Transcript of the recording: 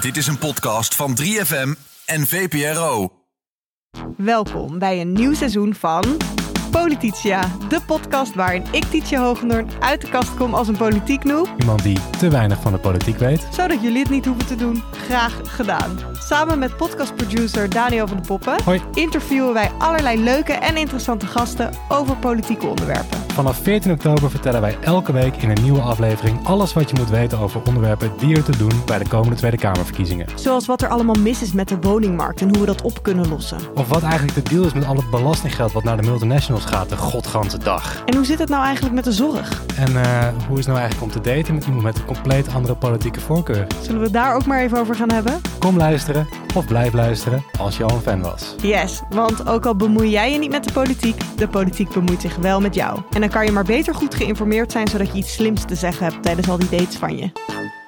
Dit is een podcast van 3FM en VPRO. Welkom bij een nieuw seizoen van Polititia, de podcast waarin ik Tietje Hoogendoorn uit de kast kom als een politiek noob, Iemand die te weinig van de politiek weet. zodat jullie het niet hoeven te doen. Graag gedaan. Samen met podcastproducer Daniel van de Poppen Hoi. interviewen wij allerlei leuke en interessante gasten over politieke onderwerpen. Vanaf 14 oktober vertellen wij elke week in een nieuwe aflevering alles wat je moet weten over onderwerpen die er te doen bij de komende Tweede Kamerverkiezingen. Zoals wat er allemaal mis is met de woningmarkt en hoe we dat op kunnen lossen. Of wat eigenlijk de deal is met al het belastinggeld wat naar de multinationals gaat de godganse dag. En hoe zit het nou eigenlijk met de zorg? En eh, hoe is het nou eigenlijk om te daten met iemand met een compleet andere politieke voorkeur? Zullen we het daar ook maar even over gaan hebben? Kom luisteren of blijf luisteren als je al een fan was. Yes, want ook al bemoei jij je niet met de politiek, de politiek bemoeit zich wel met jou. En dan kan je maar beter goed geïnformeerd zijn zodat je iets slims te zeggen hebt tijdens al die dates van je.